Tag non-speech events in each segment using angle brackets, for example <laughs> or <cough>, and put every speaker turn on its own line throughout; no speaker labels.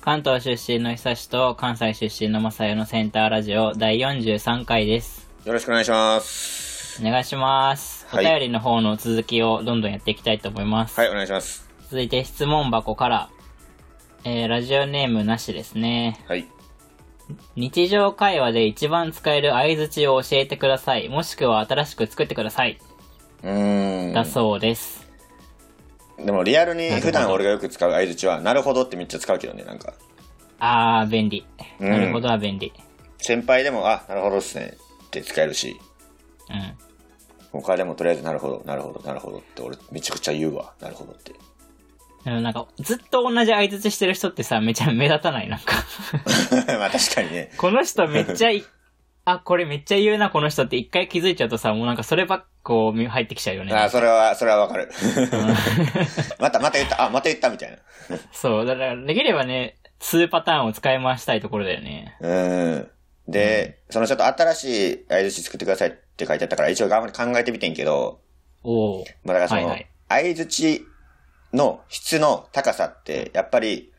関東出身の久志と関西出身の正代のセンターラジオ第43回です。
よろしくお願いします。
お願いします。お
はい
便りの方の続きをどんどんやっていきたいと思います。
はい、お願いします。
続いて質問箱から、えー、ラジオネームなしですね。
はい。
日常会話で一番使える相づちを教えてください。もしくは新しく作ってください。
うー
だそうです。
ん。でもリアルに
なるほど
普段俺がよく使う相槌は、なるほどってめっちゃ使うけどね、なんか。
あー、便利。
うん
なるほどは便利。
先輩でも、あ、なるほどっすねって使えるし、
うん。
他でもとりあえずなるほど、なるほど、なるほどって俺めちゃくちゃ言うわ、なるほどって。 <laughs>
でもなんか、ずっと同じ相づちしてる人ってさ、めちゃ目立たない、なんか。
まあ確かにね。
この人めっちゃい、 <laughs> あ、これめっちゃ言うな、この人って一回気づいちゃうとさ、もうなんかそればっこう入ってきちゃうよね。
あそれは、それはわか <laughs> る。また、また言った、あ、また言ったみたいな。
そう、だからできればね、2パターンを使い回したいところだよね。
うーん。で、そのちょっと新しい相槌作ってくださいって書いてあったから、一応頑張って考えてみてんけど、
おお。
まあ、だから
は
その
いはい、
相づちの質の高さって、やっぱり、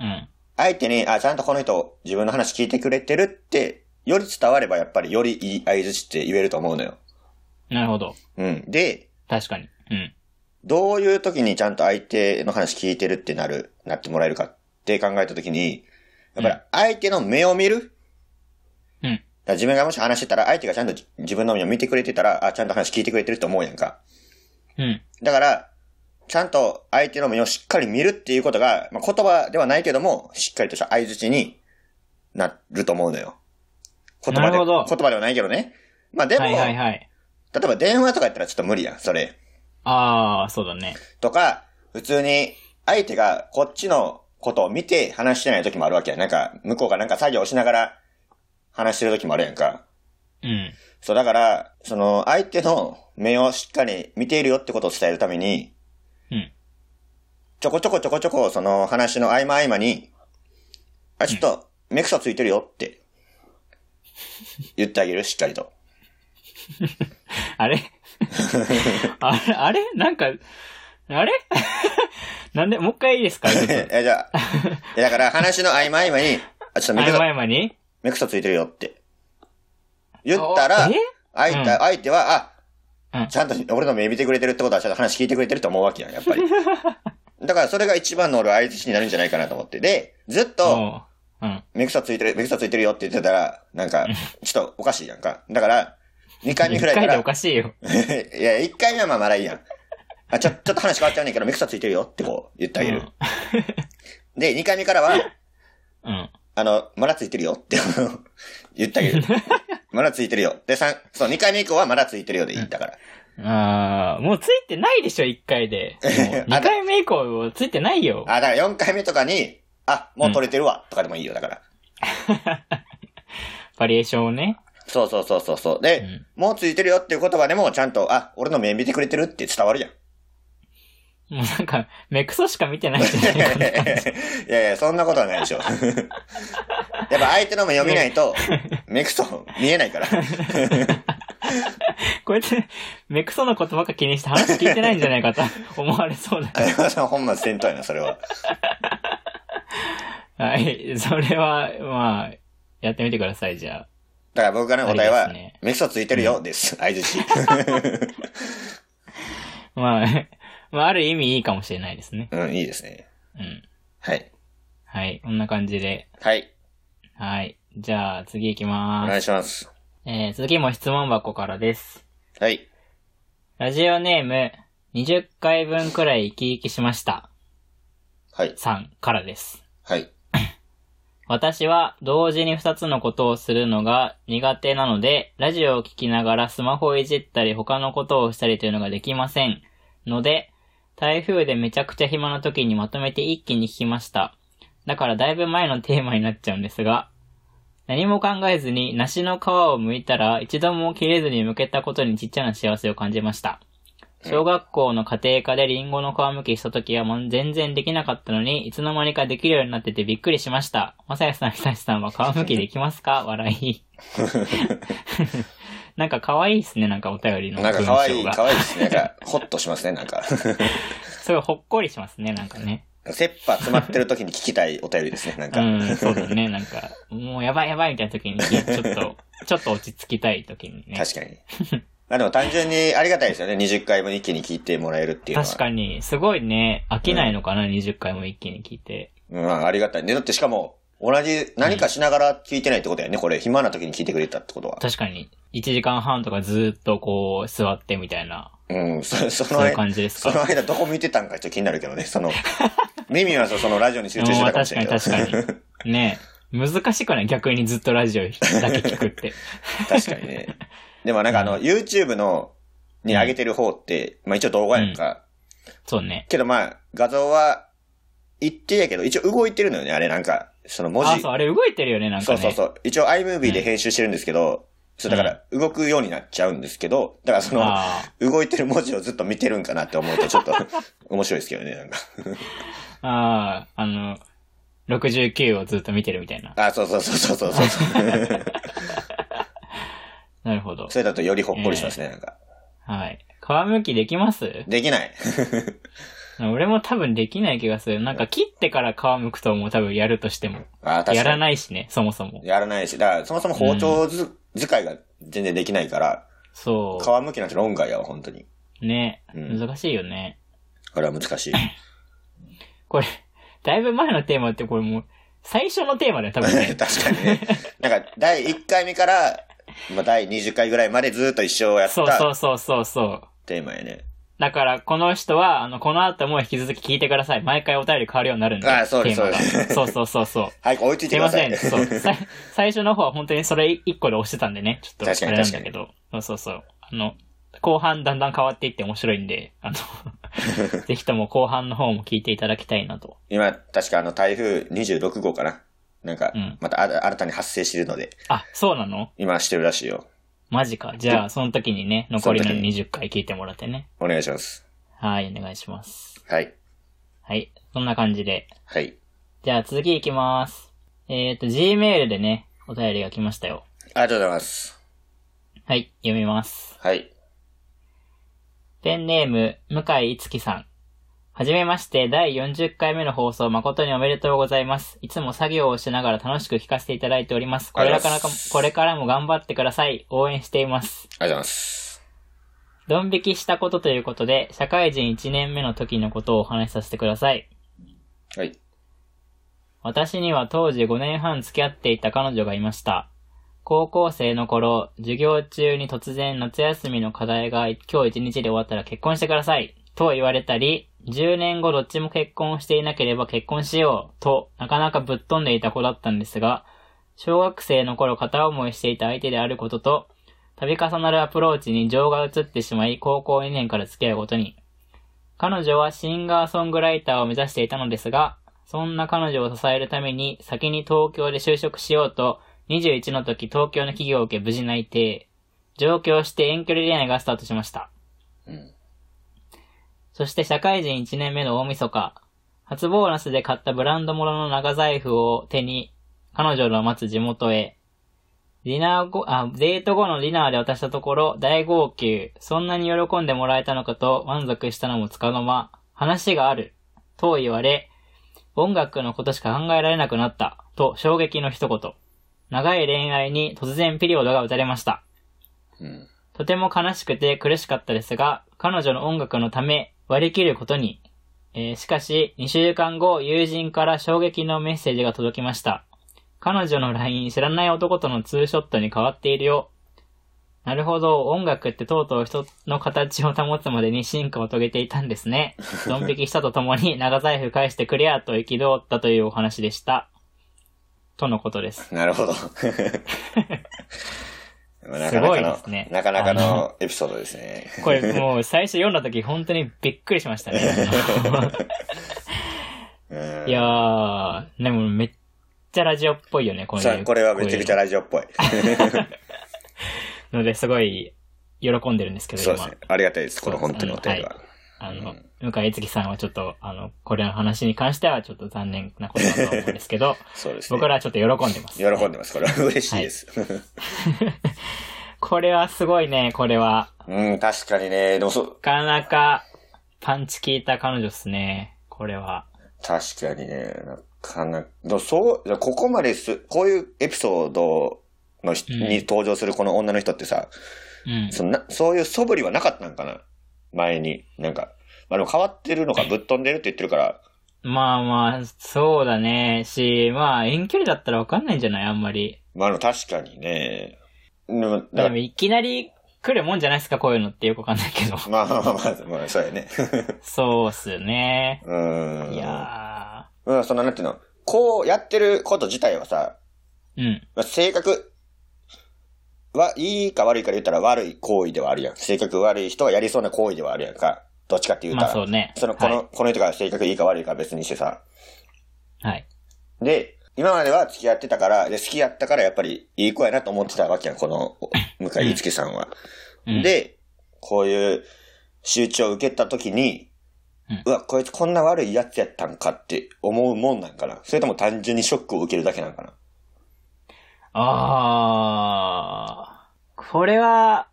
うん。
相手に、あ、ちゃんとこの人、自分の話聞いてくれてるって、より伝われば、やっぱりよりいい相づちって言えると思うのよ。
なるほど。
うん。で、
確かに。うん。
どういう時にちゃんと相手の話聞いてるってなる、なってもらえるかって考えた時に、やっぱり相手の目を見る、
うん
だから自分がもし話してたら、相手がちゃんとじ自分の目を見てくれてたら、あ、ちゃんと話聞いてくれてると思うやんか。
うん。
だから、ちゃんと相手の目をしっかり見るっていうことが、まあ、言葉ではないけども、しっかりとした相づちになると思うのよ。言葉
な
で、
るほ
言
ど
葉ではないけどね。まあでも、
はいはいはい。
例えば電話とかやったらちょっと無理やん、それ。
ああ、そうだね。
とか、普通に相手がこっちのことを見て話してない時もあるわけやん。なんか、向こうがなんか作業しながら話してる時もあるやんか。
うん。
そう、だから、その、相手の目をしっかり見ているよってことを伝えるために、
うん。
ちょこちょこちょこちょこ、その話の合間合間に、あ、ちょっと、目くそついてるよって、言ってあげる、しっかりと。
あれ
<laughs>
あれあれなんか、あれ <laughs> なんで、もう一回いいですかちょっ
<laughs>
と。
え、じゃあ、いやだから話の合間合間に、あ、ちょっと目く
前
そ、
々に
目くそついてるよって、言ったら
あえ、
相手、
うん
相手は、
うん
あ、ちゃんと俺の目見てくれてるってことは、ちゃんと話聞いてくれてると思うわけやん、やっぱ
<laughs>
り。だからそれが一番の俺、相槌になるんじゃないかなと思って。で、ずっと、
おううん。
目草ついてる、目草ついてるよって言ってたら、なんか、ちょっとおかしいやんか。だから、2回目
一
くらいか
回でお
ら、
かしいよ。
<laughs> いや、1回目はまあまだいいやん。あ、ちょ、ちょっと話変わっちゃうねんけど、目草ついてるよってこう言ってあげる。で、2回目からは、
うん。
あの、まだついてるよって言ってあ
<laughs>
げる。まだついてるよ。で、三そう、2回目以降はまだついてるよでいいんだから。
ああ、もうついてないでしょ、一回で。もう
<laughs> あ
二回目以降、ついてないよ。
あ、だから4回目とかに、あ、もう取れてるわ、とかでもいいよ、だから。
バリエーションをね。
そうそうそうそうそう。で、
うん
もうついてるよっていう言葉でも、ちゃんと、あ、俺の目見てくれてるって伝わる <laughs> じゃん。
もうなんか、目くそしか見てないじゃない
<laughs>
かな。
いやいや、そんなことはないで <laughs> しょ。やっぱ相手の目読みないと、目くそ見えない <laughs> から。
こうやって、目くそのことばっか気にして話聞いてないんじゃないかと <laughs> 思われそうだ。
あれはさ本末転倒やな、それは。
はい。それは、まあ、やってみてください、じゃあ。
だから僕がね、お題
あ
は
りですね、
目くそついてるよ、です。相づち。
まあ、 <laughs> まあ、ある意味いいかもしれないですね。
<laughs> うん、いいですね。
うん。
はい。
はい。こんな感じで。
はい。
はい。じゃあ、次行き
お
ま
願
ー
い
す。
します。
えー、次も質問箱からです。
はい。
ラジオネーム、20回分くらい生き生きしました。
はい。
さんからです。
はい。
私は同時に2つのことをするのが苦手なので、ラジオを聞きながらスマホをいじったり他のことをしたりというのができません。ので、台風でめちゃくちゃ暇な時にまとめて一気に聞きました。だからだいぶ前のテーマになっちゃうんですが、何も考えずに梨の皮を剥いたら一度も切れずに剥けたことにちっちゃな幸せを感じました。小学校の家庭科でリンゴの皮むきした時はもう全然できなかったのに、いつの間にかできるようになっててびっくりしました。まさやさん、ひさしさんは皮むきできますか笑
<laughs>
い。なんか可愛いですね、なんかお便りの
なん
文
か
章
可愛い、可
が。
愛いですね。なんか、ほっとしますね、なんか。
すごいほっこりしますね、なんかね。
切羽詰まってる時に聞きたいお便りですね、なんか。 <laughs>
うん、そうだね。なんか、もうやばいやばいみたいな時に、ちょっと、ちょっと落ち着きたい時にね。
確かに。まあでも単純にありがたいですよね。20回も一気に聞いてもらえるっていうのは。
確かに、すごいね、飽きないのかな、20回も一気に聞いて。
うん、ありがたい。ね、だってしかも、同じ、何かしながら聞いてないってことやね。これ、暇な時に聞いてくれたってことは。
確かに、1時間半とかずーっとこう、座ってみたいな、
うん、そ <laughs> そ
そ
の
ういう
間、
感じです
その
か。
間どこ見てたんかちょっと気になるけどね。その、耳はそうそのラジオに集中してたかもしれな
う
いけど。
ん確かに確ね難しくない逆にずっとラジオだけ聞くって。
<laughs> 確かにね。でもなんかあの、YouTube の、に上げてる方って、まあ一応動画やんか。
そうね。
けどまあ、画像は、一定やけど、一応動いてるのよね、あれなんか。その文字。
あ、そう、あれ動いてるよね、なんか
そう
ね。
そうそう。一応 iMovie で編集してるんですけど、そうだから動くようになっちゃうんですけど、だからその、
あ
動いてる文字をずっと見てるんかなって思うとちょ
<laughs>
っと面白いですけどね、なんか。
ーあー、あの、69をずっと見てるみたいな。
あ、そうそうそうそうそうそう。
<laughs> なるほど。
それだとよりほっこりしますね、なんか。
はい。皮むきできます
できない。
俺も多分できない気がする。なんか切ってから皮むくともう多分やるとしても。
あ確かに。
やら
い。
ないしね、そもそも。
やらないし、だからそもそも包丁ず、使いが全然できないから、
そ
皮むきなんて論外やわ、本当に。
う。ね、
うん
難しいよね。
あれは難しい。
これ、だいぶ前のテーマってこれもう、最初のテーマだよ、多分ね
<laughs> 確。か
<laughs>
にね。なんか、第1回目から、まあ、第20回ぐらいまでずっと一生やっ
そうそ
た
うそうそうそう。
テーマやね。
だから、この人は、あの、この後も引き続き聞いてください。毎回お便り変わるようになるんで。
あそうで
テ
す
ーマが
そうです
そうそうそうそう。
早く追いつい
す
て
い
く
ま
ださ
せ
い。
ん。そう。さ最初の方は本当にそれ一個で押してたんでね。ちょっ
確
と、
か
あ
に
れなんだけど。そうそうそう。あの、後半だんだん変わっていって面白いんで、あの、
<laughs>
ぜひとも後半の方も聞いていただきたいなと。
<laughs> 今、確かあの台風26号かななんか
うん、
またあ新たに発生してるので、
あ、そうなの
今してるらしいよ。
マジか。じゃあ、その時にね、残りの
その時に
20回聞いてもらってね。
お願いします。
はい、お願いします。
はい。
はい。そんな感じで。
はい。
じゃあ、続きいきます。えっ、ー、と、Gmail でね、お便りが来ましたよ。
ありがとうございます。
はい、読みます。
はい。
ペンネーム、向井いつきさん。はじめまして、第40回目の放送、誠におめでとうございます。いつも作業をしながら楽しく聞かせていただいております。これからか
ありがとうございます
これからも頑張ってください。応援しています。
ありがとうございます。
ドン引きしたことということで、社会人1年目の時のことをお話しさせてください。
はい。
私には当時5年半付き合っていた彼女がいました。高校生の頃、授業中に突然夏休みの課題が今日一日で終わったら結婚してください。と言われたり、10年後どっちも結婚していなければ結婚しようとなかなかぶっ飛んでいた子だったんですが、小学生の頃片思いしていた相手であることと、度重なるアプローチに情が移ってしまい高校2年から付き合うことに。彼女はシンガーソングライターを目指していたのですが、そんな彼女を支えるために先に東京で就職しようと、21の時東京の企業を受け無事内定。上京して遠距離恋愛がスタートしました。
うん。
そして社会人1年目の大晦日、初ボーナスで買ったブランド物の長財布を手に、彼女の待つ地元へ。ディナー後、あ、デート後のディナーで渡したところ、大号泣。そんなに喜んでもらえたのかと満足したのもつかの間、話がある。と言われ、音楽のことしか考えられなくなった。と衝撃の一言。長い恋愛に突然ピリオドが打たれました。
うん。
とても悲しくて苦しかったですが、彼女の音楽のため割り切ることに。えーしかし、2週間後、友人から衝撃のメッセージが届きました。彼女の LINE 知らない男とのツーショットに変わっているよ。なるほど、音楽ってとうとう人の形を保つまでに進化を遂げていたんですね。ドン引きしたとともに長財布返してくれやと憤ったというお話でした。とのことです。
なる
<laughs>
ほど。 <laughs> なか
すごい
な
で
か
す
の、
ね
なかなかのエピソードですね。
これもう最初読んだ時本当にびっくりしましたね。
うん
いやー、でもめっちゃラジオっぽいよね、こ
さ
れ。
あこれはめちゃくちゃラジオっぽい。
ので、すごい喜んでるんですけど、
そうです
今
ね。。ありがたいです。この本当にお便りは。
あの
うん、
向井月さんはちょっと、あの、これの話に関してはちょっと残念なことだと思うんですけど、
<laughs> そうですね。
僕らはちょっと喜んでます。
喜んでます。これは嬉し
<laughs>
いです。
これはすごいね、これは。
うん、確かにね。でもそう、
なかなかパンチ効いた彼女っすね、これは。
確かにね、なかなか、でもそう、でもここまです、こういうエピソードの人、
うん
に登場するこの女の人ってさ、
うん。
そんな、そういう素振りはなかったんかな前に。なんか、まあでも変わってる
<laughs>
のかぶっ飛んでるって言ってるから、
まあまあ、そうだね。し、まあ、遠距離だったらわかんないんじゃないあんまり。
まあでも確かにね。でも、だ
でも、
から
いきなり来るもんじゃないですか、こういうのってよくわかんないけど。
まあまあまあ、まあ、そう
<laughs>
やね。
そうっすね。
うーん。
いや
うん、そんな、なんていうの、こうやってること自体はさ、
ー。うん。
まあ性格は、いいか悪いかで言ったら悪い行為ではあるやん。性格悪い人がやりそうな行為ではあるやんか。どっちかって言う
ま
たら。
あそうね。
その、この、
はい。
この人が性格いいか悪いかは別にしてさ。
はい。
で、今までは付き合ってたから、で、好きやったからやっぱりいい子やなと思ってたわけやん、この、お向井いつきさんは。
うん、
で、こういう集中を受けた時に、
うん
うわ、こいつこんな悪いやつやったんかって思うもんなんかなそれとも単純にショックを受けるだけなんかな
あー。これは、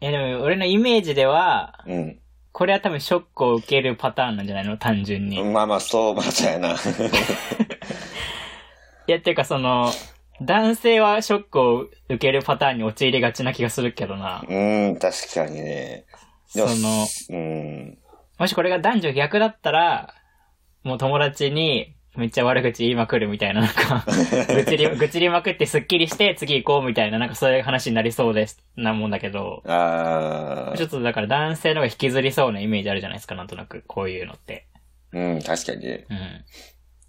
いやでも、俺のイメージでは、
うん。
これは多分ショックを受けるパターンなんじゃないの単純に。
まあまあ、そう、まあそうやな。
いや、ていうかその、男性はショックを受けるパターンに陥りがちな気がするけどな。
うん、確かにね。
そ
でも
の、
うん。
もしこれが男女逆だったら、もう友達に、めっちゃ悪口言いまくるみたいな、なん
<laughs>
か、愚痴り、愚痴りまくってスッキリして次行こうみたいな、なんかそういう話になりそうです、なもんだけど、
あ
ちょ
あ
っとだから男性の方が引きずりそうなイメージあるじゃないですか、なんとなく、こういうのって。
うん、確かにね。
うん。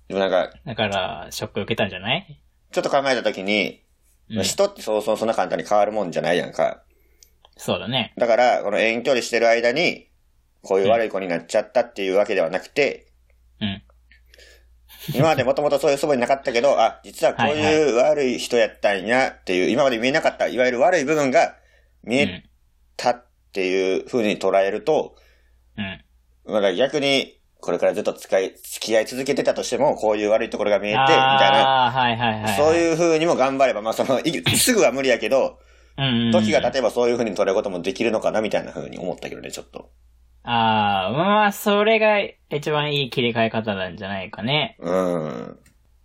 でもなんか、
だから、ショック受けたんじゃない
ちょっと考えた時に、
うん。
人ってそうそうそんな簡単に変わるもんじゃないやんか。
そうだね。
だから、この遠距離してる間に、こういう悪い子になっちゃったっていうわけではなくて、
うん。
今までもともとそういう素振りなかったけど、あ、実はこういう悪い人やったんやっていう、今まで見えなかった、いわゆる悪い部分が
う
見え
ん。
たっていう風に捉えると、
うん。
まあ逆に、これからずっと使い、付き合い続けてたとしても、こういう悪いところが見えて、みたいな。
ああ、はいはいはい。
そう
う、
いう風にも頑張れば、まあその、い <laughs> すぐは無理やけど、
うん、うん。
時が経てばそういう風に捉えることもできるのかな、みたいな風に思ったけどね、ちょっと。
ああ、まあ、それが一番いい切り替え方なんじゃないかね。
うん。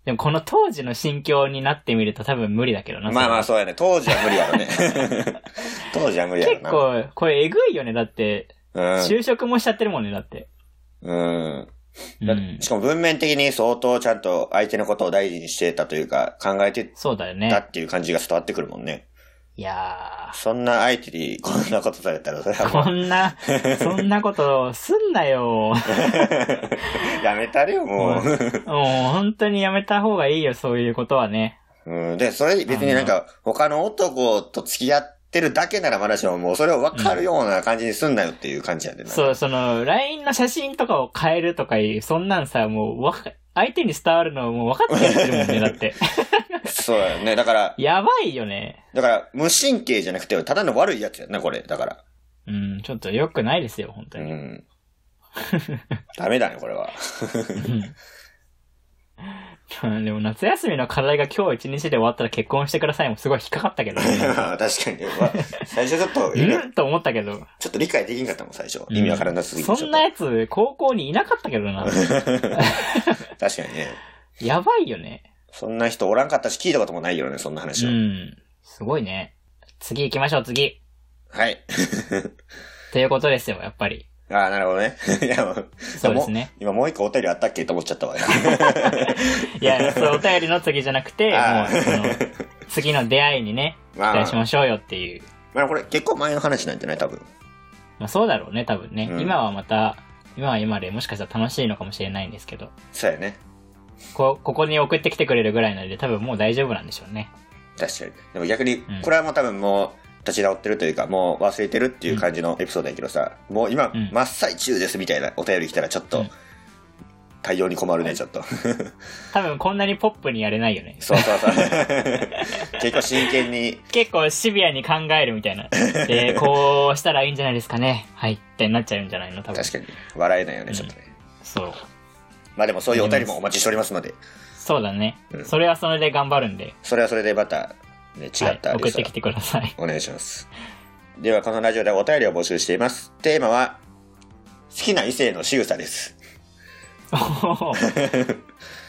でもこの当時の心境になってみると多分無理だけどな。
まあまあ
そ
そうやね。当時は無理やろね。
<laughs>
当時は無理
れ
や
は結
ろな。
構、これえぐいよね。だって、
構。
就職もしちゃってるもんね、だって。
うん。
う
だ
ん
し。かも文面的に相当ちゃんと相手のことを大事にしてたというか、考えて
そうだよ
た
ね。
っていう感じが伝わってくるもんね。
いや
そんな相手にこんなことされたら、それ
ー。
は
こ
も
ん
<laughs>
な、そんなことすんなよ。
う、やめたれよ、もう。
もう本当にやめた方がいいよ、そういうことはね。
うん、で、それ別になんか、他の男と付き合ってるだけならまだしも、もうそれを分かるような感じにすんなよっていう感じやでな。
そう、その、LINE の写真とかを変えるとかいう、そんなんさ、もうわか、相手に伝わるのもう分かってやってるもんね、だ
<laughs>
って。
そうやね。だから、
やばいよね。
だから、無神経じゃなくて、ただの悪いやつやな、これ。だから。
うん、ちょっと良くないですよ、本当
う
に。
ん。ダメだね、これは。 <laughs>
うん <laughs> でも夏休みの課題が今日一日で終わったら結婚してくださいもすごい引っかかったけど、
<laughs>
ね、
確かに。まあ最初ちょっと、
うんと思ったけど。
ちょっと理解できんかったもん、最初。意味わからなすぎて。
そんなやつ、高校にいなかったけど
<laughs>
な。
ちょっと確かにね。
やばいよね。
そんな人おらんかったし、聞いたこともないよね、そんな
う
話を。
ん。すごいね。次行きましょう、次。
はい。
ということですよ、やっぱり。
ああ、なるほどね。 <laughs> いや、もう
そうですね。
今もう一個お便りあったっけと思っち
<laughs>
ゃったわ。
いや、そう、お便りの次じゃなく
<laughs>
て、も
あ
う、
ー
その、次の出会いにね、期
まあ
待しましょうよっていう。
まあこれ結構前の話なんじゃない多分。
まあそうだろうね、多分ね。
うん
今はまた、今は今でもしかしたら楽しいのかもしれないんですけど、
そうやね。
こ、ここに送ってきてくれるぐらいなので多分もう大丈夫なんでしょうね。
確かに。でも逆に
ん、
これはもう多分もう立ち直ってるというか、もう忘れてるっていう感じのエピソードやけどさ、もう今、
ん
真っ最中ですみたいなお便り来たらちょっ
う
と
ん、
対応に困るね、ちょっと。
多分こんなにポップにやれないよね。
そうそ
<laughs>
うそう。結構真剣に、
結構シビアに考えるみたいな。で、
<laughs>
こうしたらいいんじゃないですかね。はい、ってなっちゃうんじゃないの多分。
確かに、笑えないよね、ちょっとね。
そう。
まあでもそういうお便りもお待ちしておりますので、
そうだね。
うん
それはそれで頑張るんで、
それはそれでまた、ね、違
は
っ
い
た、
送
り
っ
した
て
ら
きてください。
お願いします。では、このラジオではお便りを募集しています。テーマは、好きな異性の仕草です。
お
<laughs>
ー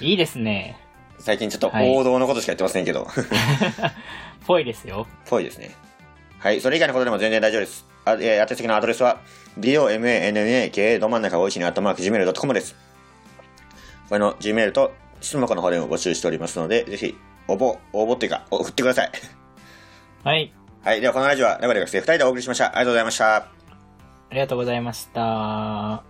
いいですね。
最近ちょっと王道のことしかやってませんけど、 <laughs>
ぽいですよ。
ぽいですね。はい、それ以外のことでも全然大丈夫です。あえー、宛先のアドレスは、domana,nana,k, ど真ん中おいしに、アットマーク、gmail.com です。これの gmail と質問箱の方でも募集しておりますので、ぜひ、応募、応募っていうか、送ってください。 <laughs>
はい。
はい、ではこのラジオは、ラバル学生2人でお送りしました。ありがとうございました。
ありがとうございました。